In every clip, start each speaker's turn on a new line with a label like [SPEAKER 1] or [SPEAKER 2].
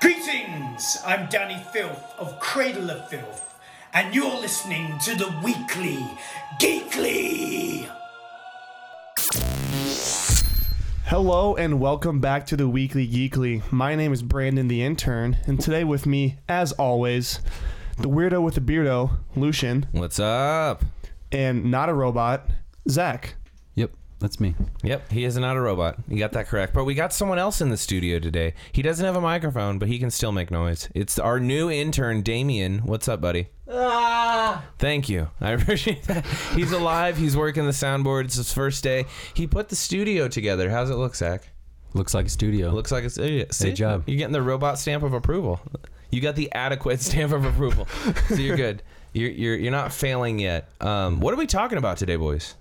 [SPEAKER 1] Greetings! I'm Danny Filth of Cradle of Filth, and you're listening to the weekly Geekly!
[SPEAKER 2] Hello and welcome back to the Weekly Geekly. My name is Brandon the Intern, and today with me, as always, the weirdo with the beardo, Lucian,
[SPEAKER 3] What's up?
[SPEAKER 2] and not a robot, Zach.
[SPEAKER 4] Yep, that's me.
[SPEAKER 3] Yep, he is not a robot. You got that correct. But we got someone else in the studio today. He doesn't have a microphone, but he can still make noise. It's our new intern, Damien. What's up, buddy? Thank you. I appreciate that. He's alive. He's working the soundboard. It's his first day. He put the studio together. How's it look, Zach?
[SPEAKER 4] Looks like a studio.
[SPEAKER 3] Looks like it's. Uh, see?
[SPEAKER 4] job.
[SPEAKER 3] You're getting the robot stamp of approval. You got the adequate stamp of approval. so you're good. You're, you're, you're not failing yet. Um, what are we talking about today, boys?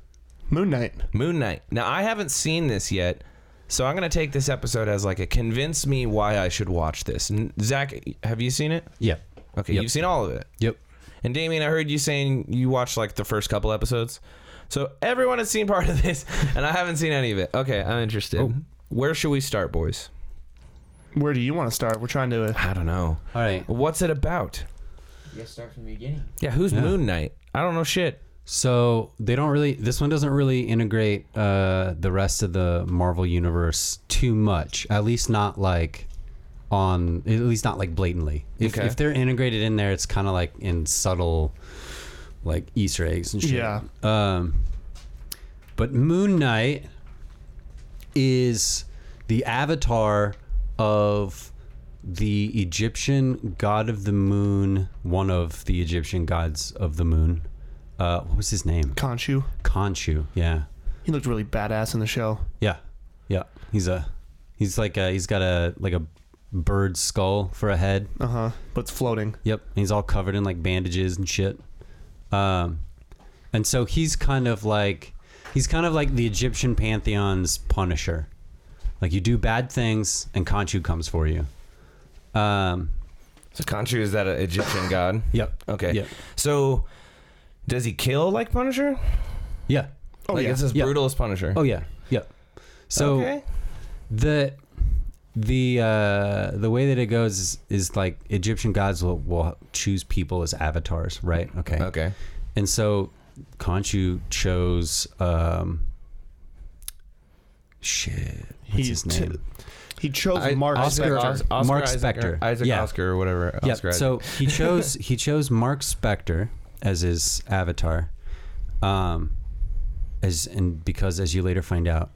[SPEAKER 2] Moon Knight.
[SPEAKER 3] Moon Knight. Now I haven't seen this yet, so I'm gonna take this episode as like a convince me why I should watch this. And Zach, have you seen it?
[SPEAKER 4] Yep.
[SPEAKER 3] Okay,
[SPEAKER 4] Yep.
[SPEAKER 3] you've seen all of it.
[SPEAKER 4] Yep.
[SPEAKER 3] And Damien, I heard you saying you watched like the first couple episodes. So everyone has seen part of this, and I haven't seen any of it. Okay, I'm interested. Where should we start, boys?
[SPEAKER 2] Where do you want to start? We're trying
[SPEAKER 4] Ah,
[SPEAKER 2] to.
[SPEAKER 3] I don't know.
[SPEAKER 4] All right.
[SPEAKER 3] What's it about?
[SPEAKER 5] You gotta start from the beginning.
[SPEAKER 3] Yeah, who's Moon Knight? I don't know shit.
[SPEAKER 4] So they don't really. This one doesn't really integrate uh, the rest of the Marvel universe too much. At least not like on. At least not like blatantly. If,
[SPEAKER 3] Okay.
[SPEAKER 4] if they're integrated in there, it's kind of like in subtle, like Easter eggs and shit.
[SPEAKER 2] Yeah.
[SPEAKER 4] Um, but Moon Knight is the avatar of the Egyptian god of the moon, one of the Egyptian gods of the moon. Uh, what was his name?
[SPEAKER 2] Conchu.
[SPEAKER 4] Khonshu. Yeah,
[SPEAKER 2] He looked really badass in the show.
[SPEAKER 4] yeah, yeah. He's a he's like a, he's got a like a bird skull for a head.
[SPEAKER 2] Uh huh. But it's floating.
[SPEAKER 4] Yep, and he's all covered in like bandages and shit. Um, and so he's kind of like he's kind of like the Egyptian pantheon's Punisher. Like you do bad things, and Khonshu comes for you. Um,
[SPEAKER 3] So Khonshu is that an Egyptian god?
[SPEAKER 4] yep.
[SPEAKER 3] Okay.
[SPEAKER 4] Yep.
[SPEAKER 3] So does he kill like Punisher?
[SPEAKER 4] Yeah.
[SPEAKER 2] Oh,
[SPEAKER 3] like
[SPEAKER 2] yeah.
[SPEAKER 3] it's as
[SPEAKER 4] Yeah.
[SPEAKER 3] brutal as Punisher.
[SPEAKER 4] Oh yeah. Yep. So
[SPEAKER 3] okay.
[SPEAKER 4] the the uh, the way that it goes is, is like Egyptian gods will, will choose people as avatars, right? Okay.
[SPEAKER 3] Okay.
[SPEAKER 4] And so Conchu chose um shit. What's his
[SPEAKER 2] t-
[SPEAKER 4] name?
[SPEAKER 2] he chose
[SPEAKER 3] I-
[SPEAKER 2] Mark.
[SPEAKER 4] Oscar-
[SPEAKER 2] Spector.
[SPEAKER 4] Oscar- Mark Spector.
[SPEAKER 3] Isaac, Isaac
[SPEAKER 4] Yeah.
[SPEAKER 3] Oscar or whatever.
[SPEAKER 4] yeah,
[SPEAKER 3] Oscar
[SPEAKER 4] so he chose he chose Mark Spector as his avatar. Um as and because as you later find out,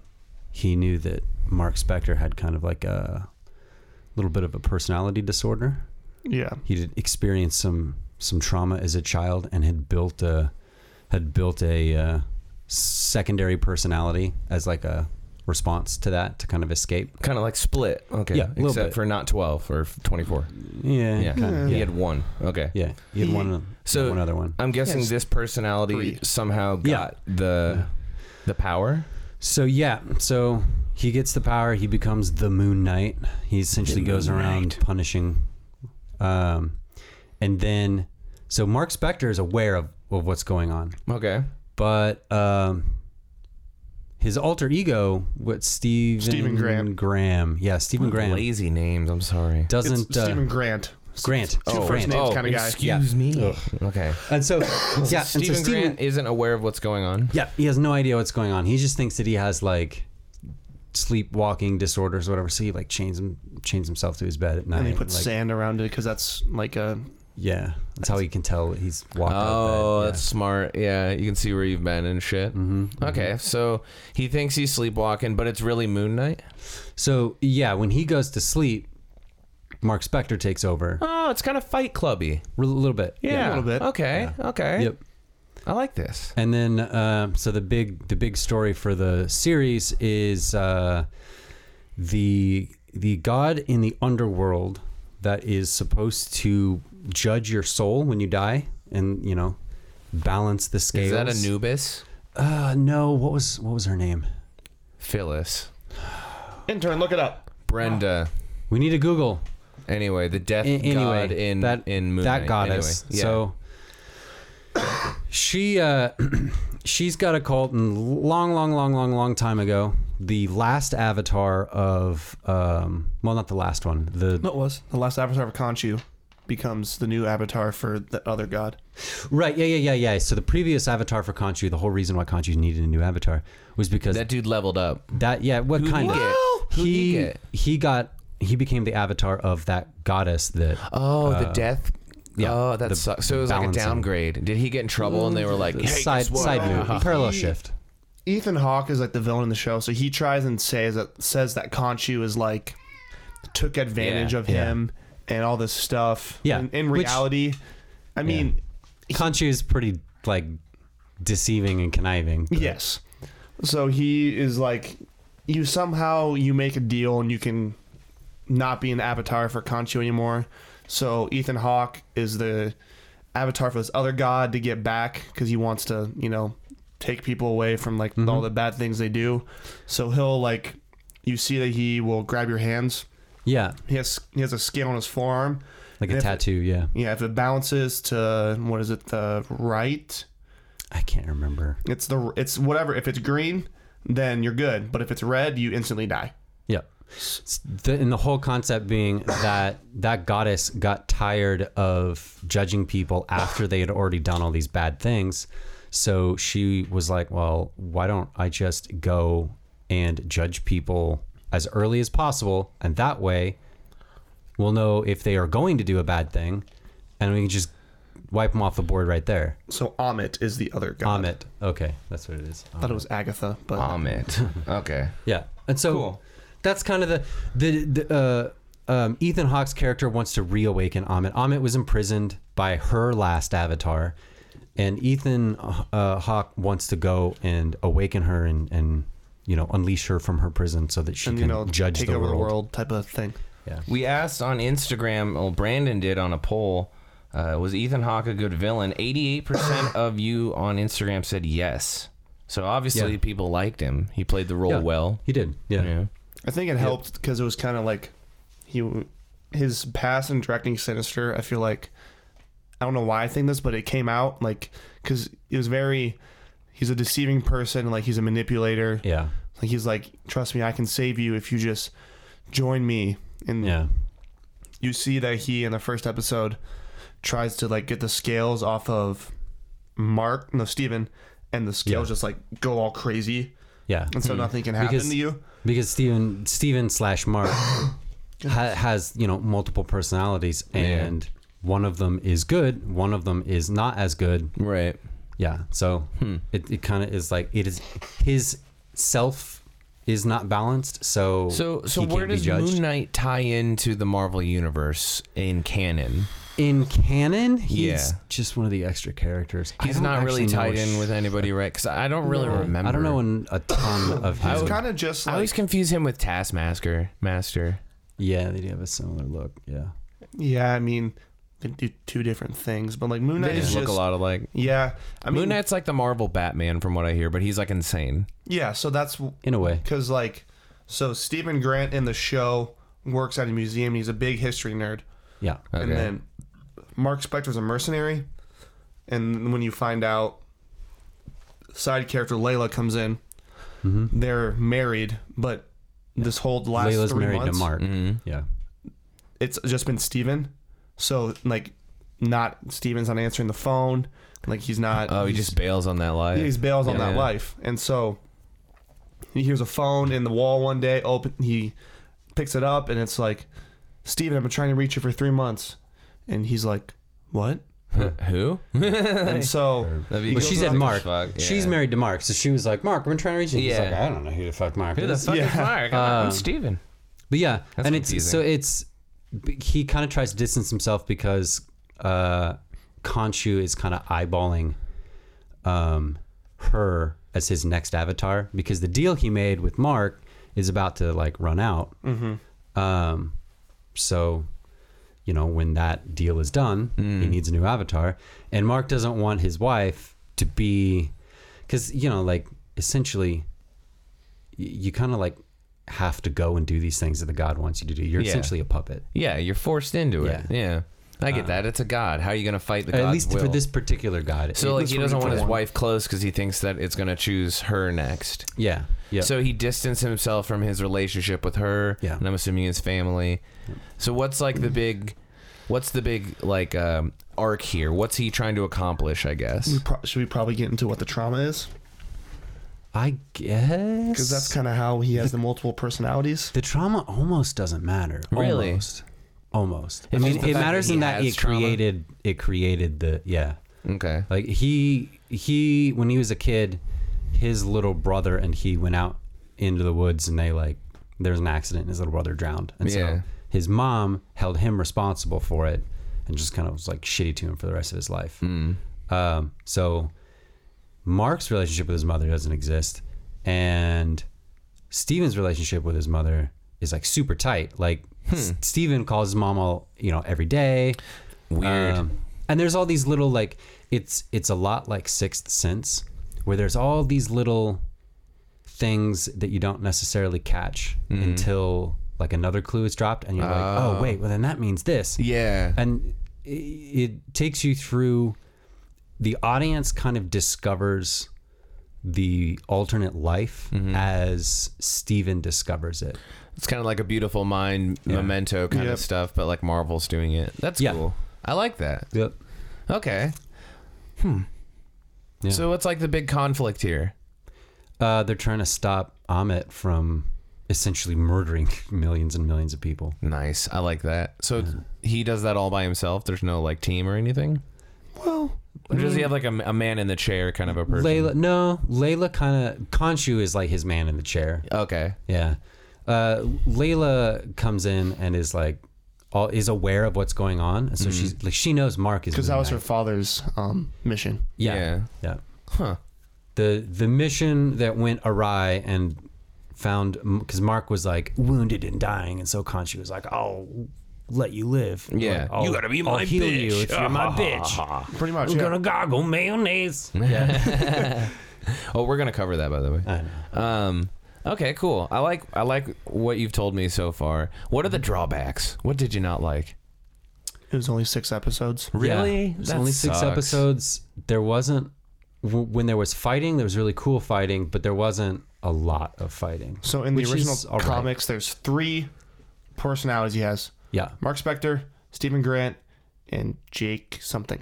[SPEAKER 4] he knew that Mark Spector had kind of like a little bit of a personality disorder.
[SPEAKER 2] Yeah.
[SPEAKER 4] he did experience some some trauma as a child and had built a had built a uh, secondary personality as like a response to that to kind of escape.
[SPEAKER 3] kind of like split. Okay.
[SPEAKER 4] Yeah, a little
[SPEAKER 3] Except
[SPEAKER 4] bit.
[SPEAKER 3] for not 12 or 24.
[SPEAKER 4] Yeah,
[SPEAKER 3] Yeah.
[SPEAKER 4] kinda,
[SPEAKER 3] He
[SPEAKER 4] yeah.
[SPEAKER 3] had one. Okay.
[SPEAKER 4] yeah. He had
[SPEAKER 2] He-
[SPEAKER 4] one
[SPEAKER 3] So-
[SPEAKER 4] so one other one.
[SPEAKER 3] I'm guessing
[SPEAKER 2] Yes.
[SPEAKER 3] this personality
[SPEAKER 2] Three.
[SPEAKER 3] somehow
[SPEAKER 4] Yeah.
[SPEAKER 3] got the the power.
[SPEAKER 4] So yeah, so he gets the power. He becomes the Moon Knight. He essentially goes around punishing, um, and then so Mark Spector is aware of, of what's going on.
[SPEAKER 3] Okay.
[SPEAKER 4] but um, his alter ego, what Stephen
[SPEAKER 2] Stephen Graham.
[SPEAKER 4] Graham, yeah, Stephen Graham
[SPEAKER 3] Lazy names. I'm sorry. Oh,
[SPEAKER 2] It's
[SPEAKER 4] doesn't uh,
[SPEAKER 2] Stephen Grant.
[SPEAKER 4] Grant. Oh,
[SPEAKER 2] first
[SPEAKER 4] Grant.
[SPEAKER 2] names kinda guy.
[SPEAKER 3] Excuse me. Okay.
[SPEAKER 4] And so, yeah,
[SPEAKER 3] Stephen
[SPEAKER 4] and so Stephen,
[SPEAKER 3] Oh. Grant isn't aware of what's going on.
[SPEAKER 4] yeah, he has no idea what's going on. He just thinks that he has like sleepwalking disorders, or whatever. So he like chains him, chains himself to his bed at night.
[SPEAKER 2] And he puts
[SPEAKER 4] like,
[SPEAKER 2] sand around it because that's like a.
[SPEAKER 4] Yeah, that's how he can tell that he's walked.
[SPEAKER 3] Oh,
[SPEAKER 4] out of bed.
[SPEAKER 3] that's smart. Yeah, you can see where you've been and shit. Mm-hmm, okay, so he thinks he's sleepwalking, but it's really Moon Knight.
[SPEAKER 4] Yeah. So yeah, when he goes to sleep, Mark Spector takes over
[SPEAKER 3] Oh, it's kind of Fight Clubby.
[SPEAKER 4] a little bit.
[SPEAKER 2] a
[SPEAKER 3] Yeah,
[SPEAKER 2] little bit.
[SPEAKER 3] Okay, okay.
[SPEAKER 4] Yep.
[SPEAKER 3] I like this.
[SPEAKER 4] And then, um, so the big the big story for the series is uh, the the god in the underworld that is supposed to judge your soul when you die, and you know, balance the scales.
[SPEAKER 3] Is that Anubis?
[SPEAKER 4] Uh, no. What was what was her name?
[SPEAKER 3] Phyllis,
[SPEAKER 2] Intern, look it up.
[SPEAKER 3] Brenda.
[SPEAKER 4] We need to Google.
[SPEAKER 3] Anyway, the death
[SPEAKER 4] A- anyway,
[SPEAKER 3] god in
[SPEAKER 4] that
[SPEAKER 3] in Moon
[SPEAKER 4] that
[SPEAKER 3] Knight.
[SPEAKER 4] goddess.
[SPEAKER 3] Anyway, yeah.
[SPEAKER 4] So she uh, she's got a cult, and long, long, long, long, long time ago, the last avatar of um, well, not the last one. The
[SPEAKER 2] No, it was the last avatar of Khonshu becomes the new avatar for the other god.
[SPEAKER 4] right, yeah, yeah, yeah, yeah. So the previous avatar for Kanchu, the whole reason why Kanchu needed a new avatar was because
[SPEAKER 3] That dude leveled up.
[SPEAKER 4] That yeah, what
[SPEAKER 3] Who'd
[SPEAKER 4] kind
[SPEAKER 3] he
[SPEAKER 4] of
[SPEAKER 3] get? Who'd he
[SPEAKER 4] he
[SPEAKER 3] get?
[SPEAKER 4] he got he became the avatar of that goddess that
[SPEAKER 3] Oh, the death.
[SPEAKER 4] Uh, yeah,
[SPEAKER 3] oh, that
[SPEAKER 4] the
[SPEAKER 3] sucks. So it was like a
[SPEAKER 4] balancing. Mm,
[SPEAKER 3] downgrade. Did he get in trouble? And they were like, hey,
[SPEAKER 4] side
[SPEAKER 3] guess what?
[SPEAKER 4] side
[SPEAKER 3] Uh-huh.
[SPEAKER 4] move parallel
[SPEAKER 2] He-
[SPEAKER 4] shift.
[SPEAKER 2] Ethan Hawke is like the villain in the show, so he tries and says that says that Khonshu is like took advantage
[SPEAKER 3] Yeah.
[SPEAKER 2] of
[SPEAKER 4] Yeah.
[SPEAKER 2] him and all this stuff.
[SPEAKER 4] Yeah.
[SPEAKER 2] In, in
[SPEAKER 4] Which-
[SPEAKER 2] reality, I mean,
[SPEAKER 4] Kanchu is pretty like deceiving and conniving. but-
[SPEAKER 2] yes. So he is like, you somehow you make a deal and you can not be an avatar for Khonshu anymore. So Ethan Hawke is the avatar for this other god to get back because he wants to, you know, take people away from like all the bad things they do. So he'll like, you see that he will grab your hands.
[SPEAKER 4] Yeah,
[SPEAKER 2] He has he has a scale on his forearm.
[SPEAKER 4] like
[SPEAKER 2] And
[SPEAKER 4] a
[SPEAKER 2] if it-
[SPEAKER 4] tattoo. Yeah,
[SPEAKER 2] yeah, if it bounces to what is it the right?
[SPEAKER 4] I can't remember.
[SPEAKER 2] It's the it's whatever. If it's green, then you're good. But if it's red, you instantly die.
[SPEAKER 4] Yeah. S- The, and the whole concept being that that goddess got tired of judging people after they had already done all these bad things. So she was like, well, why don't I just go and judge people as early as possible? And that way we'll know if they are going to do a bad thing and we can just wipe them off the board right there.
[SPEAKER 2] So Amit is the other god.
[SPEAKER 4] Amit. Okay, that's what it is.
[SPEAKER 2] I thought it was Agatha, but
[SPEAKER 3] Vomit. Okay.
[SPEAKER 4] Yeah, and so
[SPEAKER 3] Cool.
[SPEAKER 4] that's kind of the the, the uh, um, Ethan Hawke's character wants to reawaken Amit. Amit was imprisoned by her last avatar, and Ethan uh, Hawke wants to go and awaken her and and you know unleash her from her prison so that she
[SPEAKER 2] and
[SPEAKER 4] can
[SPEAKER 2] you know,
[SPEAKER 4] judge
[SPEAKER 2] take
[SPEAKER 4] the
[SPEAKER 2] over
[SPEAKER 4] world.
[SPEAKER 2] the world type of thing.
[SPEAKER 3] We asked on Instagram, well, Brandon did on a poll, uh, was Ethan Hawke a good villain? 88% of you on Instagram said yes. So obviously
[SPEAKER 4] Yeah.
[SPEAKER 3] people liked him. He played the role
[SPEAKER 4] Yeah,
[SPEAKER 3] well.
[SPEAKER 4] He did. Yeah.
[SPEAKER 3] Yeah.
[SPEAKER 2] I think it helped because it was kind of like he w- his past in directing Sinister. I feel like I don't know why I think this, but it came out like because it was very. He's a deceiving person, like he's a manipulator.
[SPEAKER 4] Yeah.
[SPEAKER 2] Like he's like, trust me, I can save you if you just join me. And
[SPEAKER 4] Yeah.
[SPEAKER 2] you see that he in the first episode tries to like get the scales off of Mark, no Steven, and the scales
[SPEAKER 4] Yeah.
[SPEAKER 2] just like go all crazy,
[SPEAKER 4] Yeah.
[SPEAKER 2] and
[SPEAKER 3] Hmm.
[SPEAKER 2] so nothing can happen
[SPEAKER 4] Because-
[SPEAKER 2] to you.
[SPEAKER 4] because Steven Steven slash Mark ha- has you know multiple personalities and one of them is good, one of them is not as good.
[SPEAKER 3] Right. Hmm.
[SPEAKER 4] Yeah, so it, it kind of is like it is his self is not balanced, so
[SPEAKER 3] So so
[SPEAKER 4] he
[SPEAKER 3] where
[SPEAKER 4] can't be
[SPEAKER 3] does
[SPEAKER 4] judged.
[SPEAKER 3] Moon Knight tie into the Marvel universe in canon?
[SPEAKER 4] in canon he's
[SPEAKER 3] Yeah.
[SPEAKER 4] just one of the extra characters. I
[SPEAKER 3] He's
[SPEAKER 4] don't
[SPEAKER 3] not really
[SPEAKER 4] actually know
[SPEAKER 3] tied in
[SPEAKER 4] sh-
[SPEAKER 3] with anybody, right? Because I don't really remember.
[SPEAKER 4] I don't know an, a ton of his.
[SPEAKER 2] It's kind of just
[SPEAKER 3] I
[SPEAKER 2] like
[SPEAKER 3] always confuse him with Taskmaster. Master.
[SPEAKER 4] yeah, they do have a similar look. Yeah,
[SPEAKER 2] yeah, I mean, they do two different things, but like Moon Knight
[SPEAKER 3] They
[SPEAKER 2] is
[SPEAKER 3] just look
[SPEAKER 2] just
[SPEAKER 3] a lot alike.
[SPEAKER 2] yeah. I mean,
[SPEAKER 3] Moon Knight's like the Marvel Batman, from what I hear, but he's like insane.
[SPEAKER 2] yeah. So that's
[SPEAKER 4] in a way.
[SPEAKER 2] because like so Stephen Grant in the show works at a museum. He's a big history nerd.
[SPEAKER 4] Yeah,
[SPEAKER 3] Okay.
[SPEAKER 2] And then Mark Spector's a mercenary. And when you find out, side character Layla comes in.
[SPEAKER 3] Mm-hmm.
[SPEAKER 2] They're married, but this whole last
[SPEAKER 4] Layla's
[SPEAKER 2] three
[SPEAKER 4] married
[SPEAKER 2] months,
[SPEAKER 4] to Mark.
[SPEAKER 3] Mm-hmm.
[SPEAKER 4] Yeah,
[SPEAKER 2] it's just been Steven. So, like, not Steven's not answering the phone. Like, he's not.
[SPEAKER 3] Oh, he just bails on that lie.
[SPEAKER 2] He's bails on
[SPEAKER 3] Yeah.
[SPEAKER 2] that life, and so he hears a phone in the wall one day. Open, he picks it up, and it's like, "Steven, I've been trying to reach you for three months," and he's like, "What?"
[SPEAKER 3] Who?
[SPEAKER 2] And so
[SPEAKER 3] That'd be
[SPEAKER 4] But
[SPEAKER 3] cool.
[SPEAKER 4] she
[SPEAKER 3] Who
[SPEAKER 4] said
[SPEAKER 3] the
[SPEAKER 4] Mark.
[SPEAKER 3] fuck- yeah.
[SPEAKER 4] She's married to Mark, so she was like, "Mark, we're trying to reach you." He's
[SPEAKER 3] Yeah.
[SPEAKER 4] like, "I don't know who the fuck Mark
[SPEAKER 3] Who the
[SPEAKER 4] is."
[SPEAKER 3] fuck is
[SPEAKER 2] Yeah.
[SPEAKER 3] Mark? I'm, I'm Steven.
[SPEAKER 4] But yeah,
[SPEAKER 3] That's
[SPEAKER 4] and it's
[SPEAKER 3] confusing.
[SPEAKER 4] so it's he kind of tries to distance himself because uh Khonshu is kind of eyeballing um her as his next avatar because the deal he made with Mark is about to like run out.
[SPEAKER 3] Mm-hmm.
[SPEAKER 4] Um, so you know when that deal is done, he
[SPEAKER 3] Mm.
[SPEAKER 4] needs a new avatar, and Mark doesn't want his wife to be because you know like essentially y- you kind of like have to go and do these things that the god wants you to do. You're
[SPEAKER 3] Yeah.
[SPEAKER 4] essentially a puppet.
[SPEAKER 3] Yeah, you're forced into it. Yeah. I get that. It's a god. How are you going to fight the god?
[SPEAKER 4] At least for this particular god.
[SPEAKER 3] So like
[SPEAKER 2] this
[SPEAKER 3] he
[SPEAKER 2] one
[SPEAKER 3] doesn't
[SPEAKER 2] we
[SPEAKER 3] want his
[SPEAKER 2] want.
[SPEAKER 3] wife close because he thinks that it's going to choose her next.
[SPEAKER 4] yeah, yeah.
[SPEAKER 3] So he distanced himself from his relationship with her,
[SPEAKER 4] Yeah.
[SPEAKER 3] and I'm assuming his family. So what's like the big, what's the big like um, arc here? What's he trying to accomplish? I guess.
[SPEAKER 2] Pro- should we probably get into what the trauma is?
[SPEAKER 4] I guess
[SPEAKER 2] Because that's kind of how he has the multiple personalities.
[SPEAKER 4] the trauma almost doesn't matter.
[SPEAKER 3] Really?
[SPEAKER 4] Almost. Almost. I
[SPEAKER 3] It's
[SPEAKER 4] mean,
[SPEAKER 3] just the
[SPEAKER 4] it
[SPEAKER 3] fact
[SPEAKER 4] matters
[SPEAKER 3] that he
[SPEAKER 4] in that
[SPEAKER 3] has
[SPEAKER 4] it
[SPEAKER 3] trauma?
[SPEAKER 4] created it created the yeah.
[SPEAKER 3] Okay.
[SPEAKER 4] Like he he when he was a kid, his little brother and he went out into the woods and they like there was an accident and his little brother drowned. And
[SPEAKER 3] Yeah.
[SPEAKER 4] so his mom held him responsible for it and just kind of was like shitty to him for the rest of his life.
[SPEAKER 3] Hmm.
[SPEAKER 4] Um, so Mark's relationship with his mother doesn't exist and Steven's relationship with his mother is like super tight. Like S- Steven calls his mom all, you know, every day.
[SPEAKER 3] Weird.
[SPEAKER 4] Um, and there's all these little like it's it's a lot like Sixth Sense, where there's all these little things that you don't necessarily catch until like another clue is dropped, and you're like, oh wait, well then that means this,
[SPEAKER 3] Yeah.
[SPEAKER 4] and it, it takes you through. The audience kind of discovers the alternate life as Steven discovers it.
[SPEAKER 3] It's kind of like a beautiful mind memento kind
[SPEAKER 2] Yep.
[SPEAKER 3] of stuff, but like Marvel's doing it. That's
[SPEAKER 4] Yeah.
[SPEAKER 3] cool. I like that.
[SPEAKER 4] Yep.
[SPEAKER 3] Okay. Hmm.
[SPEAKER 4] Yeah.
[SPEAKER 3] So what's like the big conflict here?
[SPEAKER 4] Uh, they're trying to stop Amit from essentially murdering millions and millions of people.
[SPEAKER 3] Nice. I like that. So he does that all by himself. There's no like team or anything.
[SPEAKER 2] Well, mm.
[SPEAKER 3] Or does he have like a, a man in the chair kind of a person?
[SPEAKER 4] Layla, no, Layla kind of Khonshu is like his man in the chair.
[SPEAKER 3] Okay.
[SPEAKER 4] Yeah, uh, Layla comes in and is like, all, is aware of what's going on, and so she's like, she knows Mark is
[SPEAKER 2] because that was her
[SPEAKER 4] Moon Knight.
[SPEAKER 2] father's um, mission.
[SPEAKER 4] yeah,
[SPEAKER 3] Yeah.
[SPEAKER 4] yeah,
[SPEAKER 3] Huh.
[SPEAKER 4] The the mission that went awry and found because Mark was like wounded and dying, and so Khonshu was like, I'll let you live.
[SPEAKER 3] Yeah.
[SPEAKER 4] Like, you gotta be my I'll heal you if you're my bitch.
[SPEAKER 2] Pretty much. yeah.
[SPEAKER 4] goggle mayonnaise. Yeah.
[SPEAKER 3] Oh, we're gonna cover that by the way. Um. Okay. Cool. I like I like what you've told me so far. What are the drawbacks? What did you not like?
[SPEAKER 2] It was only six episodes.
[SPEAKER 3] Really?
[SPEAKER 4] Yeah. It's
[SPEAKER 3] That
[SPEAKER 4] only six
[SPEAKER 3] sucks.
[SPEAKER 4] episodes. There wasn't w- when there was fighting. There was really cool fighting, but there wasn't a lot of fighting.
[SPEAKER 2] So in the
[SPEAKER 4] Which is
[SPEAKER 2] original
[SPEAKER 4] all right.
[SPEAKER 2] comics, there's three personalities he has:
[SPEAKER 4] yeah,
[SPEAKER 2] Mark Spector, Stephen Grant, and Jake something.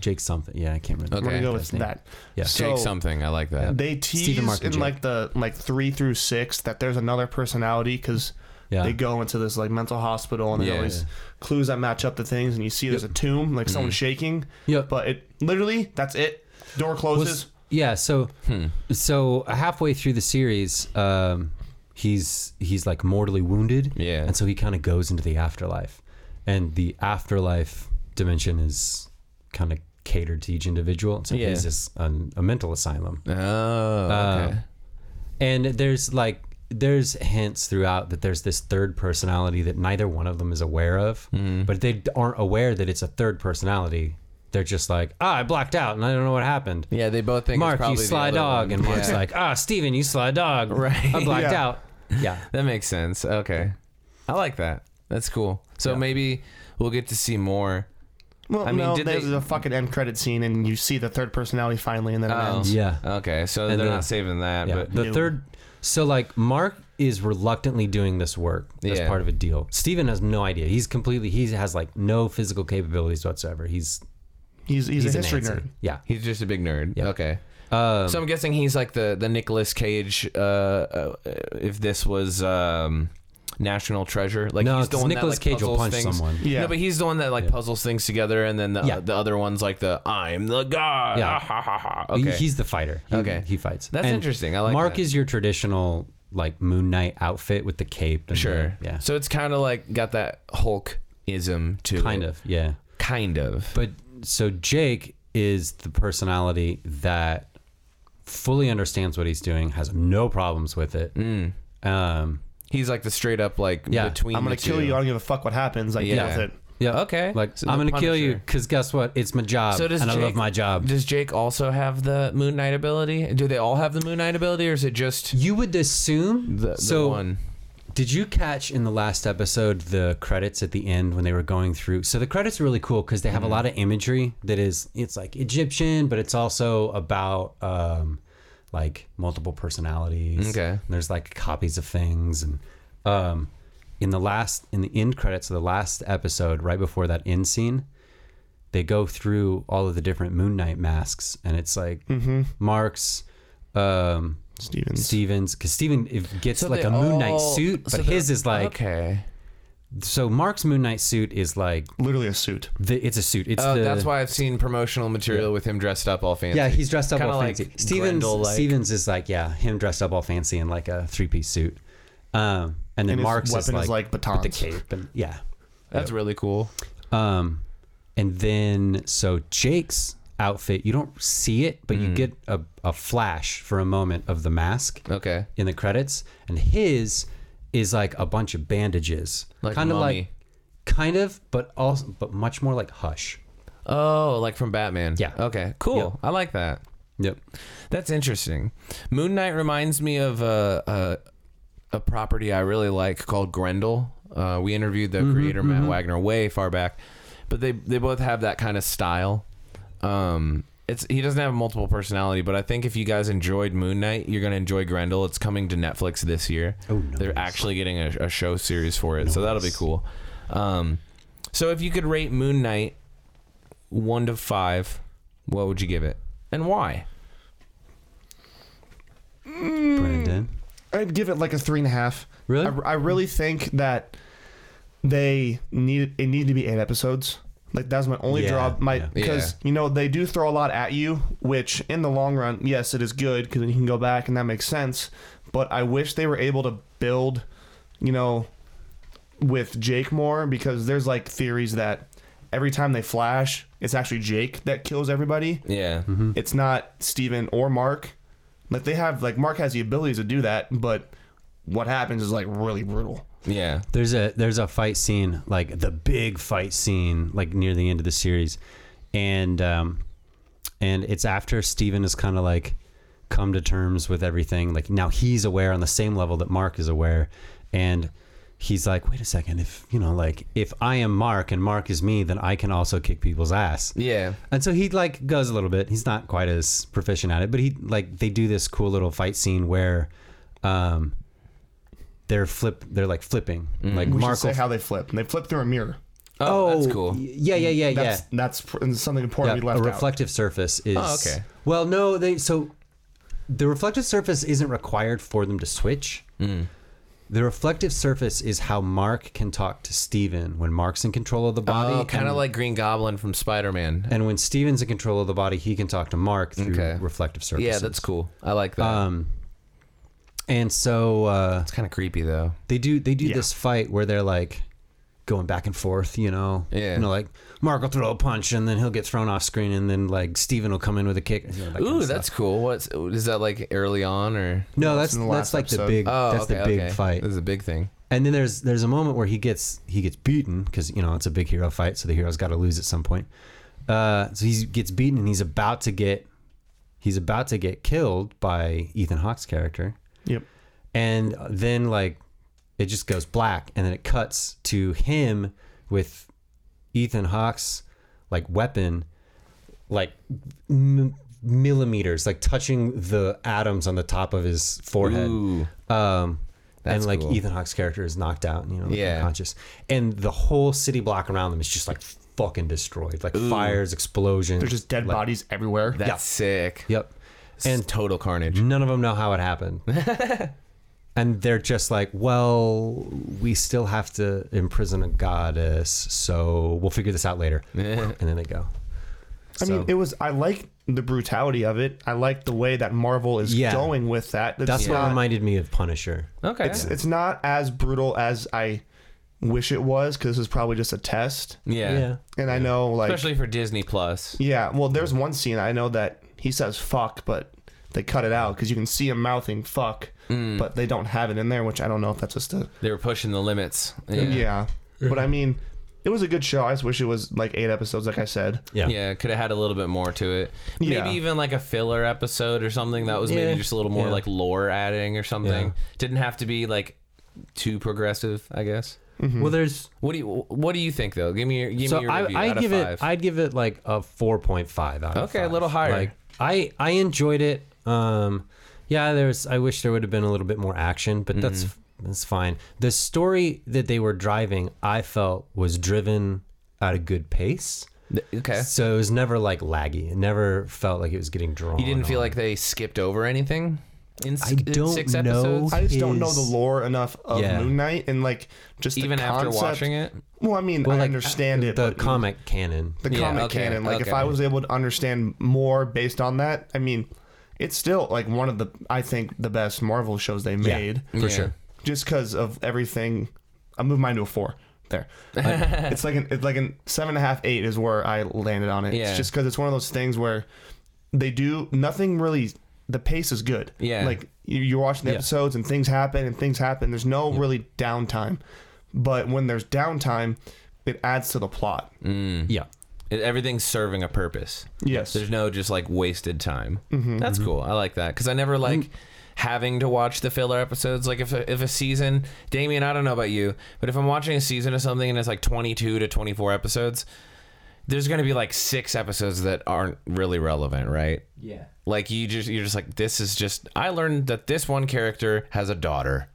[SPEAKER 4] Jake something. Yeah, I can't remember.
[SPEAKER 2] I'm
[SPEAKER 3] Okay.
[SPEAKER 2] gonna go with that.
[SPEAKER 4] Yeah.
[SPEAKER 3] Jake
[SPEAKER 2] So
[SPEAKER 3] something. I like that.
[SPEAKER 2] They tease
[SPEAKER 4] Stephen, Mark,
[SPEAKER 2] in
[SPEAKER 4] and
[SPEAKER 2] like the like three through six that there's another personality because
[SPEAKER 4] Yeah.
[SPEAKER 2] they go into this like mental hospital and there's
[SPEAKER 3] Yeah.
[SPEAKER 2] always clues that match up the things and you see there's a tomb like someone shaking.
[SPEAKER 4] Yep.
[SPEAKER 2] But it literally that's it. Door closes.
[SPEAKER 4] Yeah, so
[SPEAKER 3] Hmm.
[SPEAKER 4] so halfway through the series, um, he's he's like mortally wounded.
[SPEAKER 3] Yeah.
[SPEAKER 4] and so he kind of goes into the afterlife, and the afterlife dimension is kind of catered to each individual. So
[SPEAKER 3] Yeah.
[SPEAKER 4] he's just an, a mental asylum, Uh,
[SPEAKER 3] oh. Okay.
[SPEAKER 4] and there's like there's hints throughout that there's this third personality that neither one of them is aware of,
[SPEAKER 3] Mm-hmm.
[SPEAKER 4] but they aren't aware that it's a third personality. They're just like, ah, I blacked out and I don't know what happened.
[SPEAKER 3] yeah. They both think. it's
[SPEAKER 4] Mark, you
[SPEAKER 3] probably the
[SPEAKER 4] sly
[SPEAKER 3] other
[SPEAKER 4] dog.
[SPEAKER 3] one.
[SPEAKER 4] And Mark's
[SPEAKER 3] Yeah.
[SPEAKER 4] like, ah, Steven, you sly dog.
[SPEAKER 3] Right.
[SPEAKER 4] I blacked
[SPEAKER 2] Yeah.
[SPEAKER 4] out. Yeah.
[SPEAKER 3] That makes sense. Okay. I like that. That's cool. So maybe we'll get to see more.
[SPEAKER 2] Well,
[SPEAKER 3] I mean,
[SPEAKER 2] no,
[SPEAKER 3] did
[SPEAKER 2] there's
[SPEAKER 3] they-
[SPEAKER 2] a fucking end credit scene and you see the third personality finally and then it
[SPEAKER 3] Oh.
[SPEAKER 2] ends.
[SPEAKER 4] Yeah.
[SPEAKER 3] Okay. So
[SPEAKER 4] And
[SPEAKER 3] they're
[SPEAKER 4] the-
[SPEAKER 3] not saving that,
[SPEAKER 4] Yeah.
[SPEAKER 3] but
[SPEAKER 4] the third. So, like, Mark is reluctantly doing this work as
[SPEAKER 3] Yeah.
[SPEAKER 4] part of a deal. Steven has no idea. He's completely, he has like no physical capabilities whatsoever. He's,
[SPEAKER 2] He's, he's,
[SPEAKER 4] he's
[SPEAKER 2] a history
[SPEAKER 4] Nazi.
[SPEAKER 2] nerd.
[SPEAKER 4] Yeah.
[SPEAKER 3] he's just a big nerd. Okay.
[SPEAKER 4] Um,
[SPEAKER 3] so I'm guessing he's like the the Nicolas Cage. Uh, uh, if this was um, National Treasure, like
[SPEAKER 4] No,
[SPEAKER 3] he's the
[SPEAKER 4] 'cause
[SPEAKER 3] one
[SPEAKER 4] Nicolas
[SPEAKER 3] that like,
[SPEAKER 4] Cage will
[SPEAKER 3] puzzles
[SPEAKER 4] punch
[SPEAKER 3] things.
[SPEAKER 4] someone.
[SPEAKER 2] Yeah.
[SPEAKER 3] No, but he's the one that like puzzles things together, and then the
[SPEAKER 4] Yeah.
[SPEAKER 3] the other one's like the I'm the god.
[SPEAKER 4] Yeah.
[SPEAKER 3] Ah, ha, ha, ha.
[SPEAKER 4] He-
[SPEAKER 3] Okay.
[SPEAKER 4] He's the fighter. He,
[SPEAKER 3] Okay.
[SPEAKER 4] He fights.
[SPEAKER 3] That's interesting. I like
[SPEAKER 4] Mark
[SPEAKER 3] that.
[SPEAKER 4] is your traditional, like, Moon Knight outfit with the cape. And the-
[SPEAKER 3] sure.
[SPEAKER 4] yeah.
[SPEAKER 3] So it's kind of like got that Hulk ism to
[SPEAKER 4] kind
[SPEAKER 3] it.
[SPEAKER 4] of. Yeah.
[SPEAKER 3] kind of.
[SPEAKER 4] But so Jake is the personality that fully understands what he's doing, has no problems with it.
[SPEAKER 3] Mm.
[SPEAKER 4] Um,
[SPEAKER 3] He's like the straight up like
[SPEAKER 4] Yeah.
[SPEAKER 3] between.
[SPEAKER 2] I'm gonna
[SPEAKER 3] the
[SPEAKER 2] kill
[SPEAKER 3] two.
[SPEAKER 2] you. I don't give a fuck what happens. Like,
[SPEAKER 3] Yeah.
[SPEAKER 2] yeah. that's it.
[SPEAKER 4] yeah.
[SPEAKER 3] Okay.
[SPEAKER 4] Like
[SPEAKER 3] So
[SPEAKER 4] I'm
[SPEAKER 3] the
[SPEAKER 4] gonna kill you
[SPEAKER 3] Punisher.
[SPEAKER 4] because guess what? It's my job,
[SPEAKER 3] So does
[SPEAKER 4] and
[SPEAKER 3] Jake,
[SPEAKER 4] I love my job.
[SPEAKER 3] Does Jake also have the Moon Knight ability? Do they all have the Moon Knight ability, or is it just
[SPEAKER 4] you would assume
[SPEAKER 3] the, the
[SPEAKER 4] so
[SPEAKER 3] one?
[SPEAKER 4] Did you catch in the last episode the credits at the end when they were going through? So the credits are really cool because they have a lot of imagery that is it's like Egyptian, but it's also about um, like multiple personalities.
[SPEAKER 3] Okay.
[SPEAKER 4] And there's like copies of things and um, in the last in the end credits of the last episode, right before that end scene, they go through all of the different Moon Knight masks, and it's like Mark's. Um,
[SPEAKER 2] Stevens.
[SPEAKER 4] Stevens, because Steven if- gets
[SPEAKER 3] So
[SPEAKER 4] like
[SPEAKER 3] they
[SPEAKER 4] a Moon Knight
[SPEAKER 3] all-
[SPEAKER 4] suit, but
[SPEAKER 3] so the-
[SPEAKER 4] his is like
[SPEAKER 3] okay.
[SPEAKER 4] so. Mark's Moon Knight suit is like
[SPEAKER 2] Literally a suit.
[SPEAKER 4] the, it's a suit. It's
[SPEAKER 3] Oh,
[SPEAKER 4] the,
[SPEAKER 3] that's why I've seen promotional material with him dressed up all fancy.
[SPEAKER 4] Yeah, he's dressed up
[SPEAKER 3] Kinda
[SPEAKER 4] all
[SPEAKER 3] like
[SPEAKER 4] fancy. Stevens
[SPEAKER 3] Grendel-like.
[SPEAKER 4] Stevens is like yeah, him dressed up all fancy in like a three piece suit, um, and
[SPEAKER 2] And
[SPEAKER 4] then
[SPEAKER 2] his
[SPEAKER 4] Mark's
[SPEAKER 2] weapon is
[SPEAKER 4] is like
[SPEAKER 2] like batons.
[SPEAKER 4] with the cape and yeah,
[SPEAKER 3] That's really cool.
[SPEAKER 4] um, and then so Jake's outfit you don't see it, but
[SPEAKER 3] Mm.
[SPEAKER 4] you get a, a flash for a moment of the mask.
[SPEAKER 3] Okay.
[SPEAKER 4] in the credits, and his is like a bunch of bandages,
[SPEAKER 3] Like
[SPEAKER 4] kind of
[SPEAKER 3] Mummy.
[SPEAKER 4] like, kind of, but also, but much more like Hush.
[SPEAKER 3] Oh, like from Batman.
[SPEAKER 4] Yeah.
[SPEAKER 3] Okay. Cool. I like that.
[SPEAKER 4] Yep.
[SPEAKER 3] That's interesting. Moon Knight reminds me of a a, a property I really like called Grendel. Uh, we interviewed
[SPEAKER 4] Mm-hmm,
[SPEAKER 3] the creator Matt Wagner way far back, but they they both have that kind of style. Um, it's he doesn't have multiple personality, but I think if you guys enjoyed Moon Knight, you're gonna enjoy Grendel. It's coming to Netflix this year.
[SPEAKER 4] Oh, nice.
[SPEAKER 3] They're actually getting a, a show series for it, so that'll be cool. Um, so if you could rate Moon Knight one to five, what would you give it, and why?
[SPEAKER 4] Brandon.
[SPEAKER 2] I'd give it like a three and a half.
[SPEAKER 4] Really?
[SPEAKER 2] I, I really think that they needed it needed to be eight episodes. Like that was my only
[SPEAKER 4] Yeah,
[SPEAKER 2] draw. My
[SPEAKER 4] yeah.
[SPEAKER 2] because you know they do throw a lot at you, which in the long run, yes, it is good because then you can go back and that makes sense. But I wish they were able to build, you know, with Jake more because there's like theories that every time they flash, it's actually Jake that kills everybody.
[SPEAKER 3] Yeah.
[SPEAKER 2] It's not Steven or Mark. Like they have like Mark has the abilities to do that, but what happens is like really brutal.
[SPEAKER 3] Yeah.
[SPEAKER 4] There's a there's a fight scene like the big fight scene like near the end of the series, and um, and it's after Steven is kind of like come to terms with everything. Like now he's aware on the same level that Mark is aware, and he's like, wait a second, if you know, like if I am Mark and Mark is me, then I can also kick people's ass.
[SPEAKER 3] Yeah.
[SPEAKER 4] And so he like goes a little bit. He's not quite as proficient at it, but he like they do this cool little fight scene where um they're flip they're like flipping.
[SPEAKER 3] Mm.
[SPEAKER 4] Like
[SPEAKER 2] We
[SPEAKER 4] Mark
[SPEAKER 2] should say
[SPEAKER 4] will-
[SPEAKER 2] how they flip. They flip through a mirror.
[SPEAKER 3] Oh, that's cool.
[SPEAKER 4] y- Yeah, yeah, yeah,
[SPEAKER 2] That's
[SPEAKER 4] yeah.
[SPEAKER 2] that's pr- something
[SPEAKER 4] Yeah,
[SPEAKER 2] important we
[SPEAKER 4] a
[SPEAKER 2] left out.
[SPEAKER 4] reflective surface is
[SPEAKER 3] Oh, okay.
[SPEAKER 4] Well, no, they so the reflective surface isn't required for them to switch.
[SPEAKER 3] Mm.
[SPEAKER 4] The reflective surface is how Mark can talk to Steven when Mark's in control of the body.
[SPEAKER 3] Oh, kind
[SPEAKER 4] and-
[SPEAKER 3] of like Green Goblin from Spider Man.
[SPEAKER 4] and when Steven's in control of the body, he can talk to Mark through
[SPEAKER 3] Okay.
[SPEAKER 4] reflective surfaces.
[SPEAKER 3] Yeah, that's cool. I like that.
[SPEAKER 4] Um, and so uh,
[SPEAKER 3] it's kind of creepy though.
[SPEAKER 4] they do they do this fight where they're like going back and forth, you know.
[SPEAKER 3] Yeah.
[SPEAKER 4] You know, like Mark will throw a punch and then he'll get thrown off screen, and then like Steven will come in with a kick. you know, that kind of
[SPEAKER 3] Ooh,
[SPEAKER 4] stuff.
[SPEAKER 3] that's cool. What's is that like early on or?
[SPEAKER 4] no, that's
[SPEAKER 2] in the last
[SPEAKER 4] that's like the
[SPEAKER 2] episode.
[SPEAKER 4] big
[SPEAKER 3] Oh,
[SPEAKER 4] that's
[SPEAKER 3] okay,
[SPEAKER 4] the big
[SPEAKER 3] okay.
[SPEAKER 4] fight.
[SPEAKER 3] This is a big thing.
[SPEAKER 4] And then there's there's a moment where he gets he gets beaten because you know it's a big hero fight, so the hero's got to lose at some point. Uh, so he gets beaten and he's about to get he's about to get killed by Ethan Hawke's character.
[SPEAKER 2] Yep.
[SPEAKER 4] and then like it just goes black and then it cuts to him with ethan hawke's like weapon like m- millimeters like touching the atoms on the top of his forehead
[SPEAKER 3] Ooh.
[SPEAKER 4] um
[SPEAKER 3] That's
[SPEAKER 4] and like
[SPEAKER 3] cool.
[SPEAKER 4] ethan hawke's character is knocked out you know like,
[SPEAKER 3] Yeah.
[SPEAKER 4] unconscious and the whole city block around them is just like fucking destroyed like fires explosions
[SPEAKER 2] There's just dead
[SPEAKER 4] like-
[SPEAKER 2] bodies everywhere.
[SPEAKER 3] That's sick.
[SPEAKER 4] yep
[SPEAKER 3] And total carnage.
[SPEAKER 4] None of them know how it happened. and they're just like, well, we still have to imprison a goddess, so we'll figure this out later. and then they go.
[SPEAKER 2] I mean,
[SPEAKER 4] So-
[SPEAKER 2] it was. I like the brutality of it. I like the way that Marvel is
[SPEAKER 4] Yeah.
[SPEAKER 2] going with that.
[SPEAKER 4] That's
[SPEAKER 2] not-
[SPEAKER 4] what reminded me of Punisher.
[SPEAKER 3] Okay.
[SPEAKER 2] It's it's not as brutal as I wish it was because this is probably just a test.
[SPEAKER 3] yeah.
[SPEAKER 2] And I know like
[SPEAKER 3] Especially for Disney Plus.
[SPEAKER 2] Yeah, well, there's one scene I know that he says fuck, but they cut it out because you can see him mouthing fuck, but they don't have it in there, which I don't know if that's just a.
[SPEAKER 3] They were pushing the limits. Yeah.
[SPEAKER 2] Yeah. But I mean, it was a good show. I just wish it was like eight episodes, like I said.
[SPEAKER 4] Yeah.
[SPEAKER 3] Yeah, could have had a little bit more to it. Maybe
[SPEAKER 2] Yeah.
[SPEAKER 3] even like a filler episode or something that was
[SPEAKER 4] Yeah.
[SPEAKER 3] maybe just a little more
[SPEAKER 4] Yeah.
[SPEAKER 3] like lore adding or something.
[SPEAKER 4] Yeah.
[SPEAKER 3] Didn't have to be like too progressive, I guess.
[SPEAKER 2] Mm-hmm.
[SPEAKER 4] Well, there's
[SPEAKER 3] What do you What do you think though? Give me your give
[SPEAKER 4] so
[SPEAKER 3] me your review
[SPEAKER 4] I, I
[SPEAKER 3] out
[SPEAKER 4] give
[SPEAKER 3] of five.
[SPEAKER 4] it I'd give it like a four point five out. of
[SPEAKER 3] Okay, a
[SPEAKER 4] five.
[SPEAKER 3] little higher.
[SPEAKER 4] Like I I enjoyed it. Um, yeah, there's I wish there would have been a little bit more action,
[SPEAKER 3] Mm-hmm.
[SPEAKER 4] but that's that's fine. The story that they were driving, I felt was driven at a good pace.
[SPEAKER 3] Th- okay.
[SPEAKER 4] So it was never like laggy. It never felt like it was getting drawn.
[SPEAKER 3] You didn't feel
[SPEAKER 4] on.
[SPEAKER 3] like they skipped over anything in s-
[SPEAKER 4] I
[SPEAKER 3] in
[SPEAKER 4] don't
[SPEAKER 3] six
[SPEAKER 4] know.
[SPEAKER 3] episodes,
[SPEAKER 2] I just don't know
[SPEAKER 4] Is-
[SPEAKER 2] the lore enough of
[SPEAKER 4] Yeah.
[SPEAKER 2] Moon Knight and like just the
[SPEAKER 3] even after
[SPEAKER 2] concept-
[SPEAKER 3] watching it.
[SPEAKER 2] Well, I mean,
[SPEAKER 4] Well,
[SPEAKER 2] I
[SPEAKER 4] like,
[SPEAKER 2] understand it,
[SPEAKER 4] the
[SPEAKER 2] but
[SPEAKER 4] comic canon.
[SPEAKER 2] the
[SPEAKER 3] Yeah,
[SPEAKER 2] comic
[SPEAKER 3] okay,
[SPEAKER 2] canon. Like,
[SPEAKER 3] okay.
[SPEAKER 2] if I was able to understand more based on that, I mean, it's still like one of the I think the best Marvel shows they made.
[SPEAKER 3] for Yeah. sure.
[SPEAKER 2] Just because of everything, I moved mine to a four. There, Like, it's like an it's like an seven and a half eight is where I landed on it.
[SPEAKER 3] Yeah.
[SPEAKER 2] It's just because it's one of those things where they do nothing really. The pace is good.
[SPEAKER 3] Yeah.
[SPEAKER 2] like you- you're watching the
[SPEAKER 4] Yeah.
[SPEAKER 2] episodes and things happen and things happen. There's no really downtime, but when there's downtime, it adds to the plot.
[SPEAKER 3] Mm, Mm-hmm.
[SPEAKER 4] Yeah.
[SPEAKER 3] It- everything's serving a purpose.
[SPEAKER 2] Yes.
[SPEAKER 3] There's no just like wasted time. That's cool. I like that because I never like having to watch the filler episodes. Like if a, if a season, Damien, I don't know about you, but if I'm watching a season of something and it's like 22 to 24 episodes, there's going to be like six episodes that aren't really relevant, right?
[SPEAKER 5] Yeah.
[SPEAKER 3] Like you just you're just like this is just I learned that this one character has a daughter.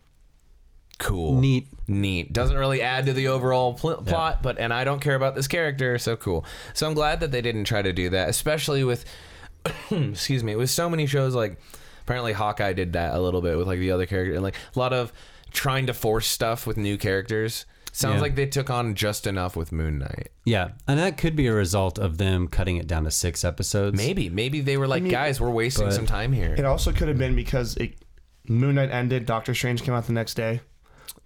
[SPEAKER 3] Cool.
[SPEAKER 4] Neat.
[SPEAKER 3] Neat. Doesn't really add to the overall pl- plot, but and I don't care about this character, so cool. So I'm glad that they didn't try to do that, especially with excuse me, with so many shows like apparently Hawkeye did that a little bit with like the other character and like a lot of trying to force stuff with new characters. Sounds
[SPEAKER 4] Yeah.
[SPEAKER 3] like they took on just enough with Moon Knight.
[SPEAKER 4] Yeah. And that could be a result of them cutting it down to six episodes.
[SPEAKER 3] Maybe, maybe they were like, guys, we're wasting some time here.
[SPEAKER 2] It also could have been because it, Moon Knight ended. Doctor Strange came out the next day.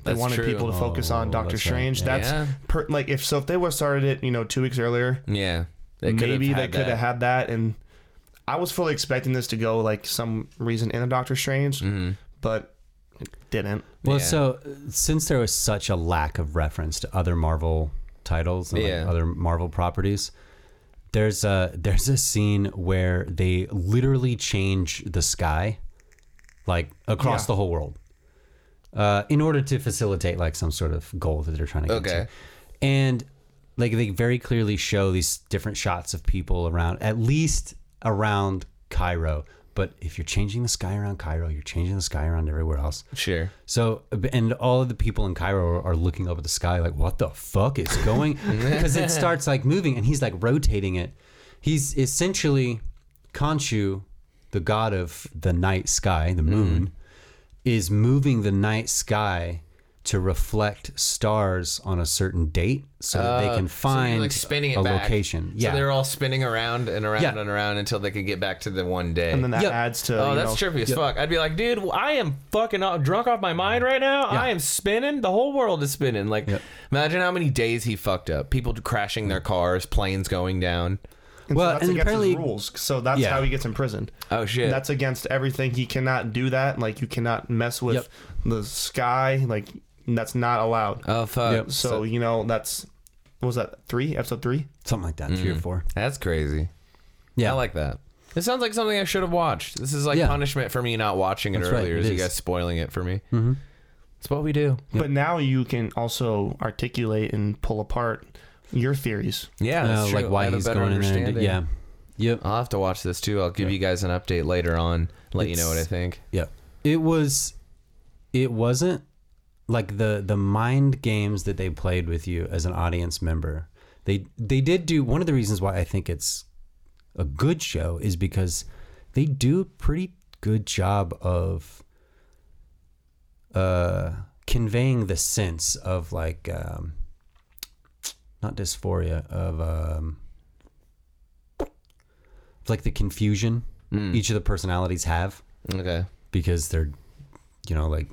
[SPEAKER 2] They
[SPEAKER 3] That's
[SPEAKER 2] wanted
[SPEAKER 3] true.
[SPEAKER 2] people to focus on
[SPEAKER 4] Oh,
[SPEAKER 2] Doctor
[SPEAKER 4] that's right.
[SPEAKER 2] Strange. That's
[SPEAKER 3] Yeah.
[SPEAKER 2] per, like if so if they would started it you know two weeks earlier,
[SPEAKER 3] Yeah. They could have
[SPEAKER 2] maybe
[SPEAKER 3] had
[SPEAKER 2] they could
[SPEAKER 3] that.
[SPEAKER 2] have had that. And I was fully expecting this to go like some reason in the Doctor Strange,
[SPEAKER 3] Mm-hmm.
[SPEAKER 2] but it didn't.
[SPEAKER 4] Well,
[SPEAKER 3] Yeah.
[SPEAKER 4] so uh, since there was such a lack of reference to other Marvel titles and like,
[SPEAKER 3] Yeah.
[SPEAKER 4] other Marvel properties, there's a there's a scene where they literally change the sky, like across
[SPEAKER 2] Yeah.
[SPEAKER 4] the whole world, uh, in order to facilitate like some sort of goal that they're trying to get
[SPEAKER 3] Okay.
[SPEAKER 4] to. And like they very clearly show these different shots of people around, at least around Cairo. But if you're changing the sky around Cairo, you're changing the sky around everywhere else.
[SPEAKER 3] Sure.
[SPEAKER 4] So, and all of the people in Cairo are, are looking up at the sky like, what the fuck is going? Because it starts like moving and he's like rotating it. He's essentially Khonshu, the god of the night sky,
[SPEAKER 3] Mm-hmm.
[SPEAKER 4] the moon, is moving the night sky to reflect stars on a certain date so that they can find
[SPEAKER 3] Uh, like spinning it
[SPEAKER 4] a
[SPEAKER 3] back.
[SPEAKER 4] location. Yeah.
[SPEAKER 3] So they're all spinning around and around
[SPEAKER 4] Yeah.
[SPEAKER 3] and around until they can get back to the one day.
[SPEAKER 2] And then that
[SPEAKER 4] Yep.
[SPEAKER 2] adds to
[SPEAKER 3] oh,
[SPEAKER 2] you
[SPEAKER 3] that's
[SPEAKER 2] know,
[SPEAKER 3] trippy as fuck. I'd be like, dude, I am fucking up, drunk off my mind right now. I am spinning. The whole world is spinning. Like, imagine how many days he fucked up. People crashing their cars, planes going down.
[SPEAKER 4] well,
[SPEAKER 2] that's
[SPEAKER 4] and
[SPEAKER 2] against
[SPEAKER 4] apparently,
[SPEAKER 2] his rules. So that's
[SPEAKER 4] Yeah.
[SPEAKER 2] how he gets imprisoned.
[SPEAKER 3] Oh, shit.
[SPEAKER 2] That's against everything. He cannot do that. Like you cannot mess with
[SPEAKER 4] Yep.
[SPEAKER 2] the sky. Like that's not allowed.
[SPEAKER 3] oh, fuck.
[SPEAKER 4] Yep.
[SPEAKER 2] so, you know that's what was that three episode three?
[SPEAKER 4] something like that, three or four.
[SPEAKER 3] That's crazy. I
[SPEAKER 4] Yeah.
[SPEAKER 3] Mm-hmm. like that. It sounds like something I should have watched. This is like
[SPEAKER 4] Yeah.
[SPEAKER 3] punishment for me not watching it
[SPEAKER 4] That's right,
[SPEAKER 3] earlier.
[SPEAKER 4] it
[SPEAKER 3] is you
[SPEAKER 4] is.
[SPEAKER 3] guys spoiling it for me? Mm-hmm. It's what we do.
[SPEAKER 2] But now you can also articulate and pull apart your theories.
[SPEAKER 3] Yeah,
[SPEAKER 4] Uh,
[SPEAKER 3] that's true.
[SPEAKER 4] like
[SPEAKER 3] I
[SPEAKER 4] why
[SPEAKER 3] have a
[SPEAKER 4] he's
[SPEAKER 3] better
[SPEAKER 4] going in there. and do-
[SPEAKER 3] understanding.
[SPEAKER 4] Yeah. Yep.
[SPEAKER 3] I'll have to watch this too. I'll give you guys an update later on. Let you know what I
[SPEAKER 4] It's-
[SPEAKER 3] think.
[SPEAKER 4] Yeah. It was it wasn't like the the mind games that they played with you as an audience member. They they did do one of the reasons why I think it's a good show is because they do a pretty good job of uh conveying the sense of like um not dysphoria of um like the confusion each of the personalities have
[SPEAKER 3] Okay.
[SPEAKER 4] because they're, you know, like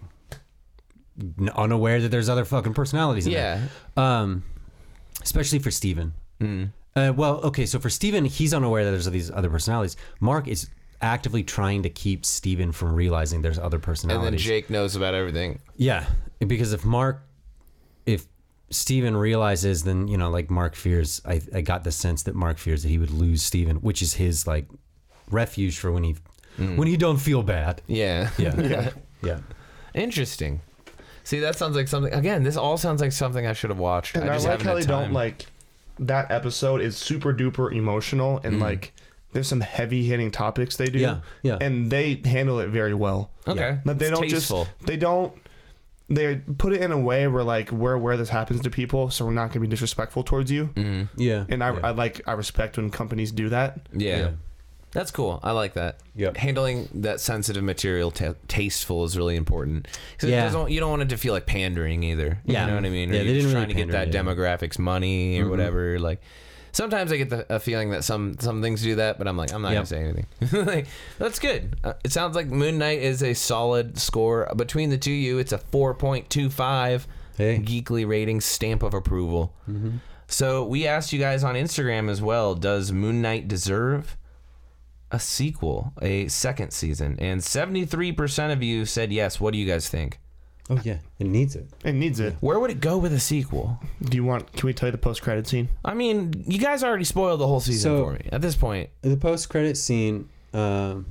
[SPEAKER 4] n- unaware that there's other fucking personalities. In
[SPEAKER 3] Yeah. Mm.
[SPEAKER 4] There. Um, especially for Steven. Uh, well, okay, so for Steven, he's unaware that there's these other personalities. Mark is actively trying to keep Steven from realizing there's other
[SPEAKER 3] And
[SPEAKER 4] personalities.
[SPEAKER 3] then Jake knows about everything.
[SPEAKER 4] Yeah, because if Mark, if Steven realizes, then you know, like Mark fears. I, I got the sense that Mark fears that he would lose Steven, which is his like refuge for when he when he don't feel bad.
[SPEAKER 3] Mm. Yeah.
[SPEAKER 4] Yeah, yeah.
[SPEAKER 3] Interesting. See, that sounds like something. Again, this all sounds like something I should have watched.
[SPEAKER 2] And
[SPEAKER 3] I
[SPEAKER 2] I,
[SPEAKER 3] just
[SPEAKER 2] like
[SPEAKER 3] haven't
[SPEAKER 2] how
[SPEAKER 3] had
[SPEAKER 2] they
[SPEAKER 3] time.
[SPEAKER 2] don't like that episode is super duper emotional
[SPEAKER 3] Mm.
[SPEAKER 2] and like there's some heavy hitting topics they do.
[SPEAKER 4] Yeah, yeah.
[SPEAKER 2] And they handle it very well.
[SPEAKER 3] Okay,
[SPEAKER 4] Yeah.
[SPEAKER 2] But they
[SPEAKER 3] It's
[SPEAKER 2] don't
[SPEAKER 3] tasteful.
[SPEAKER 2] just they don't they put it in a way where like we're aware this happens to people, so we're not gonna be disrespectful towards you.
[SPEAKER 3] Mm-hmm.
[SPEAKER 4] Yeah.
[SPEAKER 2] And I,
[SPEAKER 4] yeah.
[SPEAKER 2] I like I respect when companies do that.
[SPEAKER 3] Yeah.
[SPEAKER 4] Yeah.
[SPEAKER 3] That's cool. I like that.
[SPEAKER 4] Yep.
[SPEAKER 3] Handling that sensitive material ta tasteful is really important. 'Cause it
[SPEAKER 4] Yeah.
[SPEAKER 3] doesn't- you don't want it to feel like pandering either.
[SPEAKER 4] Yeah.
[SPEAKER 3] You know what I mean? Or
[SPEAKER 4] Yeah, they
[SPEAKER 3] you're just
[SPEAKER 4] didn't
[SPEAKER 3] trying
[SPEAKER 4] really
[SPEAKER 3] to get that
[SPEAKER 4] pander
[SPEAKER 3] demographics money or whatever. Like sometimes I get the, a feeling that some some things do that, but I'm like, I'm not
[SPEAKER 4] Yep.
[SPEAKER 3] gonna say anything. like, that's good. Uh, it sounds like Moon Knight is a solid score between the two. of You, it's a 4.25
[SPEAKER 4] Hey. Mm-hmm.
[SPEAKER 3] geekly rating stamp of approval. So we asked you guys on Instagram as well. Does Moon Knight deserve a sequel, a second season? And seventy-three percent of you said yes. What do you guys think?
[SPEAKER 4] Oh yeah, it needs it.
[SPEAKER 2] It needs it.
[SPEAKER 3] Where would it go with a sequel?
[SPEAKER 2] Do you want can we tell you the post credit scene?
[SPEAKER 3] I mean, you guys already spoiled the whole season
[SPEAKER 4] So-
[SPEAKER 3] for me. At this point,
[SPEAKER 4] The post-credit scene. Um,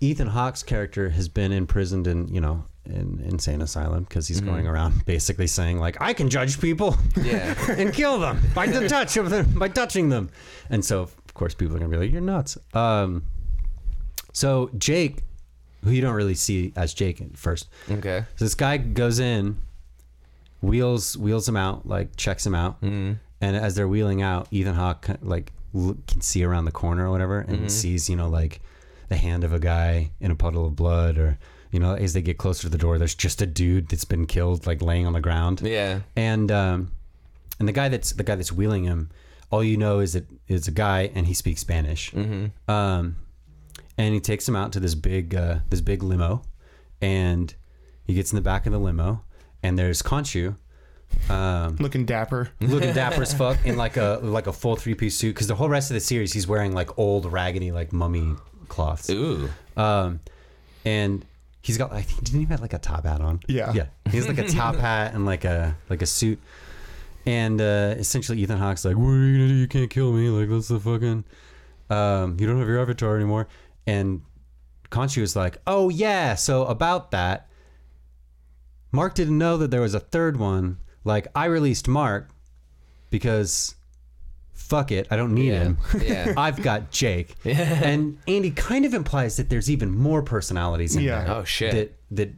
[SPEAKER 4] Ethan Hawke's character has been imprisoned in you know an insane asylum because he's going around basically saying like I can judge people.
[SPEAKER 3] yeah,
[SPEAKER 4] and kill them by the touch of them by touching them. And so of course people are gonna be like, You're nuts. Um so Jake, who you don't really see as Jake at first.
[SPEAKER 3] okay,
[SPEAKER 4] So this guy goes in, wheels wheels him out, like checks him out, and as they're wheeling out, Ethan Hawke ki- like l- can see around the corner or whatever, and sees you know like the hand of a guy in a puddle of blood, or you know as they get closer to the door, there's just a dude that's been killed like laying on the ground,
[SPEAKER 3] yeah,
[SPEAKER 4] and um, and the guy that's the guy that's wheeling him, all you know is that it's a guy and he speaks Spanish. Mm-hmm. Um, and he takes him out to this big uh, this big limo, and he gets in the back of the limo, and there's Conchu. Um,
[SPEAKER 2] Looking dapper.
[SPEAKER 4] looking dapper as fuck in like a like a full three piece suit because the whole rest of the series he's wearing like old raggedy like mummy cloths.
[SPEAKER 3] ooh,
[SPEAKER 4] Um, and he's got I think didn't he have like a top hat on?
[SPEAKER 2] Yeah.
[SPEAKER 4] yeah. He's like a top hat and like a like a suit. And uh, essentially, Ethan Hawke's like, "What are you gonna do? You can't kill me. Like that's the fucking. Um, you don't have your avatar anymore." And Conchu is like, "Oh yeah, so about that." Mark didn't know that there was a third one. Like I released Mark because fuck it, I don't need
[SPEAKER 3] Yeah.
[SPEAKER 4] him.
[SPEAKER 3] Yeah.
[SPEAKER 4] I've got Jake. And Andy kind of implies that there's even more personalities in
[SPEAKER 2] Yeah.
[SPEAKER 4] there
[SPEAKER 3] oh shit,
[SPEAKER 4] that that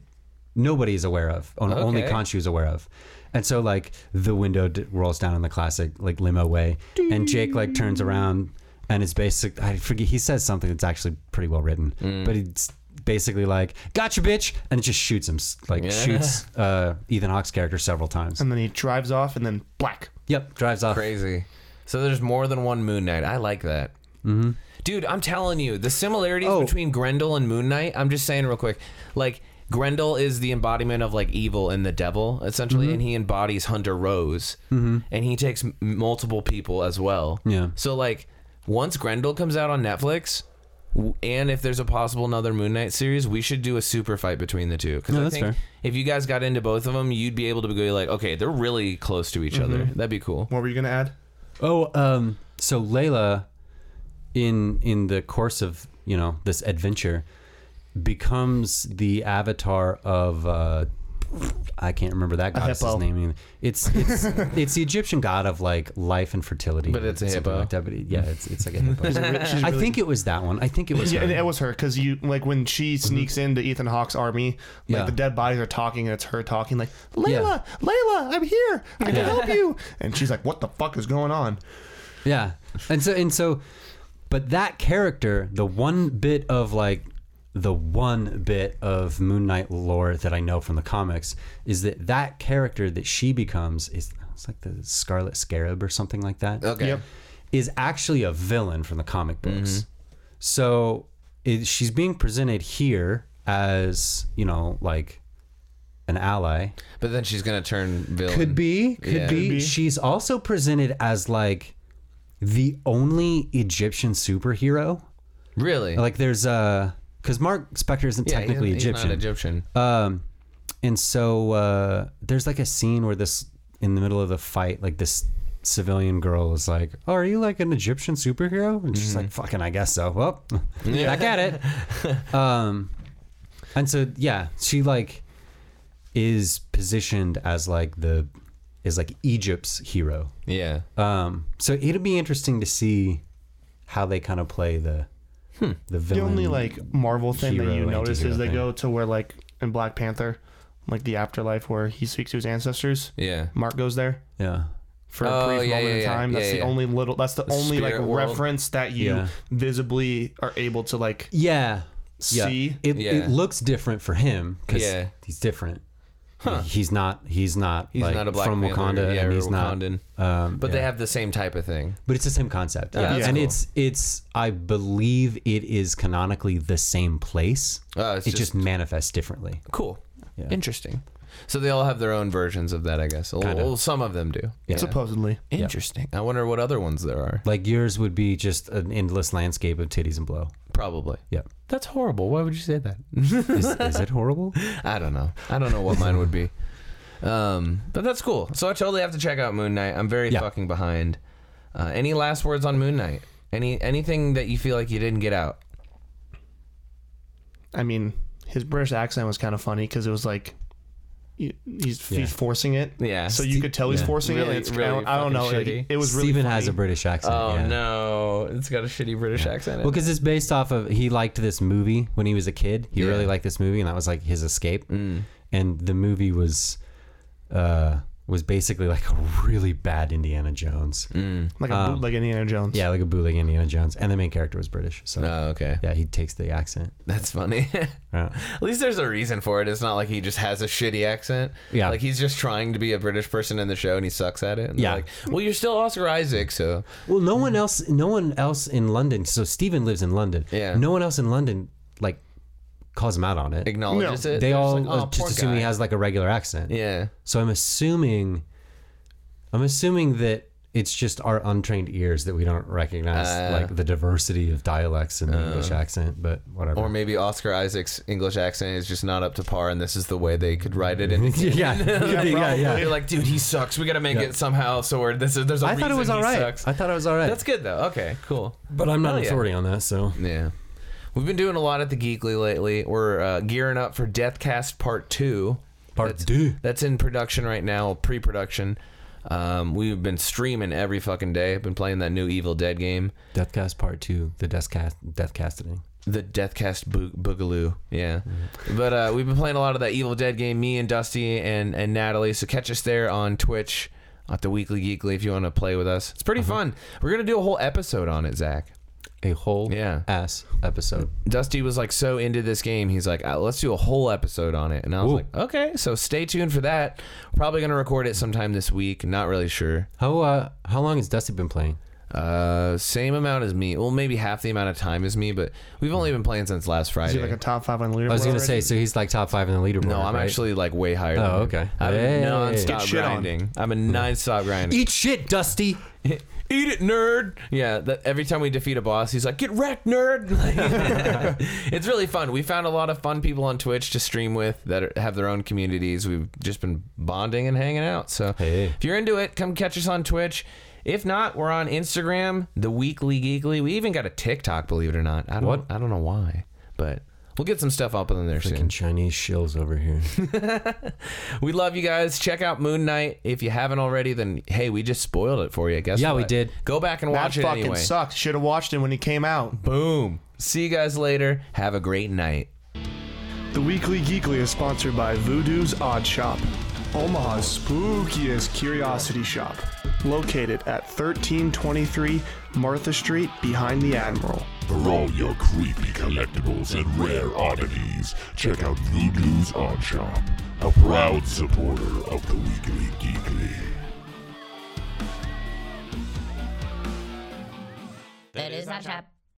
[SPEAKER 4] nobody is aware of, on- only
[SPEAKER 3] Okay.
[SPEAKER 4] Conchu is aware of. And so like the window d- rolls down in the classic like limo way, and Jake like turns around and it's basic. I forget he says something that's actually pretty well written,
[SPEAKER 3] Mm.
[SPEAKER 4] but it's basically like "Gotcha, bitch," and it just shoots him s- like
[SPEAKER 3] Yeah.
[SPEAKER 4] shoots uh, Ethan Hawke's character several times.
[SPEAKER 2] And then he drives off and then black.
[SPEAKER 4] Yep, drives off.
[SPEAKER 3] Crazy. So there's more than one Moon Knight. I like that. Mm-hmm. Dude, I'm telling you, the similarities
[SPEAKER 4] Oh.
[SPEAKER 3] between Grendel and Moon Knight. I'm just saying real quick, like Grendel is the embodiment of like evil and the devil essentially,
[SPEAKER 4] Mm-hmm.
[SPEAKER 3] and he embodies Hunter Rose, mm-hmm. and he takes m- multiple people as well.
[SPEAKER 4] Yeah.
[SPEAKER 3] So like, once Grendel comes out on Netflix. w- And if there's a possible another Moon Knight series, we should do a super fight between the two. Because
[SPEAKER 4] No,
[SPEAKER 3] I
[SPEAKER 4] that's
[SPEAKER 3] think
[SPEAKER 4] fair.
[SPEAKER 3] if you guys got into both of them, you'd be able to go like, okay, they're really close to each
[SPEAKER 4] Mm-hmm.
[SPEAKER 3] other. That'd be cool.
[SPEAKER 2] What were you gonna add?
[SPEAKER 4] Oh, um, so Layla, in in the course of you know this adventure, becomes the avatar of uh, I can't remember that goddess's
[SPEAKER 2] hippo.
[SPEAKER 4] name. either. It's it's it's the Egyptian god of like life and fertility.
[SPEAKER 3] But it's a
[SPEAKER 4] something
[SPEAKER 3] hippo.
[SPEAKER 4] Like that, but it- yeah, it's it's like a hippo.
[SPEAKER 2] she's
[SPEAKER 4] I
[SPEAKER 2] really-
[SPEAKER 4] think it was that one. I think it was.
[SPEAKER 2] Yeah,
[SPEAKER 4] her.
[SPEAKER 2] and it was her because you like when she sneaks into Ethan Hawke's army, like
[SPEAKER 4] Yeah.
[SPEAKER 2] the dead bodies are talking and it's her talking like
[SPEAKER 4] Yeah.
[SPEAKER 2] Layla, Layla, I'm here, I can help you, and she's like, what the fuck is going on?
[SPEAKER 4] Yeah. And so and so but that character, the one bit of like the one bit of Moon Knight lore that I know from the comics is that that character that she becomes is it's like the Scarlet Scarab or something like that.
[SPEAKER 3] Okay.
[SPEAKER 2] Yep.
[SPEAKER 4] Is actually a villain from the comic books. So it, she's being presented here as, you know, like an ally.
[SPEAKER 3] But then she's gonna turn villain.
[SPEAKER 4] Could be, could
[SPEAKER 3] Yeah.
[SPEAKER 4] be.
[SPEAKER 2] Could be.
[SPEAKER 4] She's also presented as like the only Egyptian superhero.
[SPEAKER 3] really.
[SPEAKER 4] Like there's uh because Mark Spector isn't
[SPEAKER 3] Yeah,
[SPEAKER 4] technically
[SPEAKER 3] he's- he's
[SPEAKER 4] Egyptian.
[SPEAKER 3] not Egyptian.
[SPEAKER 4] Um, and so uh, there's like a scene where this in the middle of the fight, like this civilian girl is like, oh, "Are you like an Egyptian superhero?" And she's
[SPEAKER 2] Mm-hmm.
[SPEAKER 4] like, "Fucking, I guess so." Well, back at it. um, and so yeah, she like is positioned as like the is like Egypt's hero.
[SPEAKER 3] Yeah.
[SPEAKER 4] Um, so it'll be interesting to see how they kind of play the the
[SPEAKER 2] Hmm. The
[SPEAKER 4] villain.
[SPEAKER 2] only like Marvel thing that
[SPEAKER 4] hero,
[SPEAKER 2] you notice
[SPEAKER 4] anti-hero
[SPEAKER 2] is they
[SPEAKER 4] thing.
[SPEAKER 2] go to where like in Black Panther, like the afterlife where he speaks to his ancestors.
[SPEAKER 3] Yeah.
[SPEAKER 2] Mark goes there
[SPEAKER 4] yeah,
[SPEAKER 2] for
[SPEAKER 3] Oh,
[SPEAKER 2] a brief
[SPEAKER 3] yeah,
[SPEAKER 2] moment
[SPEAKER 3] yeah,
[SPEAKER 2] in
[SPEAKER 3] yeah.
[SPEAKER 2] time. That's
[SPEAKER 3] Yeah,
[SPEAKER 2] the
[SPEAKER 3] yeah.
[SPEAKER 2] only little. That's the, only like
[SPEAKER 3] spirit world.
[SPEAKER 2] reference that you
[SPEAKER 4] Yeah.
[SPEAKER 2] visibly are able to like
[SPEAKER 4] yeah, yeah.
[SPEAKER 2] see.
[SPEAKER 4] It,
[SPEAKER 3] Yeah.
[SPEAKER 4] it looks different for him because
[SPEAKER 3] Yeah.
[SPEAKER 4] he's different. He's not. He's not.
[SPEAKER 3] He's
[SPEAKER 4] like,
[SPEAKER 3] not a Black
[SPEAKER 4] from
[SPEAKER 3] Panther,
[SPEAKER 4] Wakanda,
[SPEAKER 3] yeah, or
[SPEAKER 4] and he's
[SPEAKER 3] Wakandan.
[SPEAKER 4] not. Um,
[SPEAKER 3] But
[SPEAKER 4] yeah.
[SPEAKER 3] they have the same type of thing.
[SPEAKER 4] But it's the same concept.
[SPEAKER 3] Yeah, that's
[SPEAKER 4] and
[SPEAKER 3] cool.
[SPEAKER 4] it's it's I believe it is canonically the same place.
[SPEAKER 3] Oh, it's
[SPEAKER 4] it just,
[SPEAKER 3] just-
[SPEAKER 4] manifests differently.
[SPEAKER 3] Cool. Interesting. So they all have their own versions of that, I guess. Well,
[SPEAKER 4] Kinda.
[SPEAKER 3] well, some of them do. Yeah.
[SPEAKER 2] Supposedly,
[SPEAKER 3] Interesting. I wonder what other ones there are.
[SPEAKER 4] Like yours would be just an endless landscape of titties and blow.
[SPEAKER 3] Probably.
[SPEAKER 4] Yeah.
[SPEAKER 3] That's horrible. Why would you say that?
[SPEAKER 4] Is, is it horrible?
[SPEAKER 3] I don't know. I don't know what mine would be. Um, but that's cool. So I totally have to check out Moon Knight. I'm very
[SPEAKER 4] Yeah.
[SPEAKER 3] fucking behind. Uh, any last words on Moon Knight? Any anything that you feel like you didn't get out?
[SPEAKER 2] I mean, his British accent was kind of funny because it was like. he- He's,
[SPEAKER 4] Yeah.
[SPEAKER 2] he's forcing it,
[SPEAKER 3] Yeah.
[SPEAKER 2] So you could tell he's
[SPEAKER 4] Yeah.
[SPEAKER 2] forcing it.
[SPEAKER 3] Really-
[SPEAKER 2] and It's
[SPEAKER 3] really
[SPEAKER 2] I don't know.
[SPEAKER 3] fucking
[SPEAKER 2] It,
[SPEAKER 3] shitty.
[SPEAKER 2] it was really
[SPEAKER 4] Steven
[SPEAKER 2] funny.
[SPEAKER 4] has a British accent.
[SPEAKER 3] Oh
[SPEAKER 4] yeah.
[SPEAKER 3] no! It's got a shitty British accent. in
[SPEAKER 4] Well,
[SPEAKER 3] it.
[SPEAKER 4] because it's based off of he liked this movie when he was a kid. He
[SPEAKER 3] Yeah. Mm.
[SPEAKER 4] really liked this movie, and that was like his escape. And the movie was, uh, was basically like a really bad Indiana Jones.
[SPEAKER 3] Mm.
[SPEAKER 2] like a bootleg Indiana Jones.
[SPEAKER 4] Yeah, like a bootleg Indiana Jones, and the main character was British. So
[SPEAKER 3] Oh, okay.
[SPEAKER 4] yeah, he takes the accent.
[SPEAKER 3] That's funny.
[SPEAKER 4] Yeah.
[SPEAKER 3] At least there's a reason for it. It's not like he just has a shitty accent.
[SPEAKER 4] Yeah.
[SPEAKER 3] Like he's just trying to be a British person in the show and he sucks at it. And
[SPEAKER 4] Yeah.
[SPEAKER 3] yeah. Like, well, you're still Oscar Isaac, so
[SPEAKER 4] Well, no one else, no one else in London. So Stephen lives in London.
[SPEAKER 3] Yeah.
[SPEAKER 4] No one else in London like calls him out on it.
[SPEAKER 3] acknowledges
[SPEAKER 2] No.
[SPEAKER 3] it.
[SPEAKER 4] they
[SPEAKER 3] They're
[SPEAKER 4] all
[SPEAKER 3] like, "Oh,
[SPEAKER 4] uh, just
[SPEAKER 3] poor
[SPEAKER 4] assume he
[SPEAKER 3] guy."
[SPEAKER 4] has like a regular accent.
[SPEAKER 3] Yeah.
[SPEAKER 4] So I'm assuming, I'm assuming that it's just our untrained ears that we don't recognize
[SPEAKER 3] Uh.
[SPEAKER 4] like the diversity of dialects in the English accent. But whatever.
[SPEAKER 3] Or maybe Oscar Isaac's English accent is just not up to par, and this is the way they could write it. In.
[SPEAKER 4] yeah, yeah, yeah, yeah.
[SPEAKER 3] They're like, dude, he sucks. We got to make it somehow. So we're, this is, there's a
[SPEAKER 4] I thought it
[SPEAKER 3] reason
[SPEAKER 4] was
[SPEAKER 3] he
[SPEAKER 4] all right.
[SPEAKER 3] sucks.
[SPEAKER 4] I thought it was all right.
[SPEAKER 3] That's good though. Okay, cool.
[SPEAKER 4] but I'm not
[SPEAKER 3] Hell
[SPEAKER 4] an
[SPEAKER 3] yeah.
[SPEAKER 4] authority on that, so
[SPEAKER 3] Yeah. We've been doing a lot at the Geekly lately. We're uh, gearing up for Deathcast Part 2.
[SPEAKER 4] part
[SPEAKER 3] That's-
[SPEAKER 4] two.
[SPEAKER 3] That's in production right now, pre production. Um, we've been streaming every fucking day. Been playing that new Evil Dead game,
[SPEAKER 4] Deathcast Part Two, the Deathcast Death Casting.
[SPEAKER 3] the Deathcast Bo- Boogaloo. Yeah.
[SPEAKER 2] Mm-hmm.
[SPEAKER 3] But uh, we've been playing a lot of that Evil Dead game, me and Dusty and, and Natalie. So catch us there on Twitch at the Weekly Geekly if you want to play with us. It's
[SPEAKER 2] Uh-huh.
[SPEAKER 3] pretty fun. We're going to do a whole episode on it, Zach.
[SPEAKER 4] A whole
[SPEAKER 3] Yeah.
[SPEAKER 4] ass episode.
[SPEAKER 3] Dusty was like so into this game. He's like, "Uh, let's do a whole episode on it. And I was
[SPEAKER 4] Ooh.
[SPEAKER 3] like, okay, so stay tuned for that. Probably going to record it sometime this week. Not really sure.
[SPEAKER 4] How uh how long has Dusty been playing?
[SPEAKER 3] Uh, same amount as me. Well, maybe half the amount of time as me, but we've only been playing since
[SPEAKER 2] Mm. Is
[SPEAKER 3] last Friday.
[SPEAKER 2] he like a top five on the leaderboard?
[SPEAKER 4] I was gonna
[SPEAKER 2] already?
[SPEAKER 4] say, so he's like top five in the leaderboard.
[SPEAKER 3] no, I'm
[SPEAKER 4] right?
[SPEAKER 3] actually like way higher. than
[SPEAKER 4] Oh,
[SPEAKER 3] him.
[SPEAKER 4] okay.
[SPEAKER 3] I'm
[SPEAKER 4] Hey. Mm-hmm.
[SPEAKER 3] non-stop
[SPEAKER 2] Get shit on.
[SPEAKER 3] grinding. I'm a non-stop grinder.
[SPEAKER 4] eat shit, Dusty.
[SPEAKER 3] Eat it, nerd. Yeah, that, every time we defeat a boss, he's like, "Get wrecked, nerd." Like, it's really fun. We found a lot of fun people on Twitch to stream with that are, have their own communities. We've just been bonding and hanging out. So
[SPEAKER 4] Hey.
[SPEAKER 3] if you're into it, come catch us on Twitch. If not, we're on Instagram, the Weekly Geekly. We even got a TikTok, believe it or not. I don't,
[SPEAKER 4] What?
[SPEAKER 3] I don't know why, but we'll get some stuff up on there soon.
[SPEAKER 4] Freaking Chinese shills over here.
[SPEAKER 3] We love you guys. Check out Moon Knight if you haven't already. Then hey, we just spoiled it for you. Guess
[SPEAKER 4] Yeah, we
[SPEAKER 3] what?
[SPEAKER 4] did.
[SPEAKER 3] Go back and
[SPEAKER 2] That
[SPEAKER 3] watch it
[SPEAKER 2] fucking
[SPEAKER 3] anyway.
[SPEAKER 2] sucks. Should have watched it when he came out.
[SPEAKER 3] Boom. See you guys later. Have a great night.
[SPEAKER 2] The Weekly Geekly is sponsored by Voodoo's Odd Shop, Omaha's spookiest curiosity shop, located at 1323 Martha Street behind the Admiral.
[SPEAKER 6] For all your creepy collectibles and rare oddities, check out Voodoo's Odd Shop, a proud supporter of the Weekly Geekly.
[SPEAKER 7] That is our chap.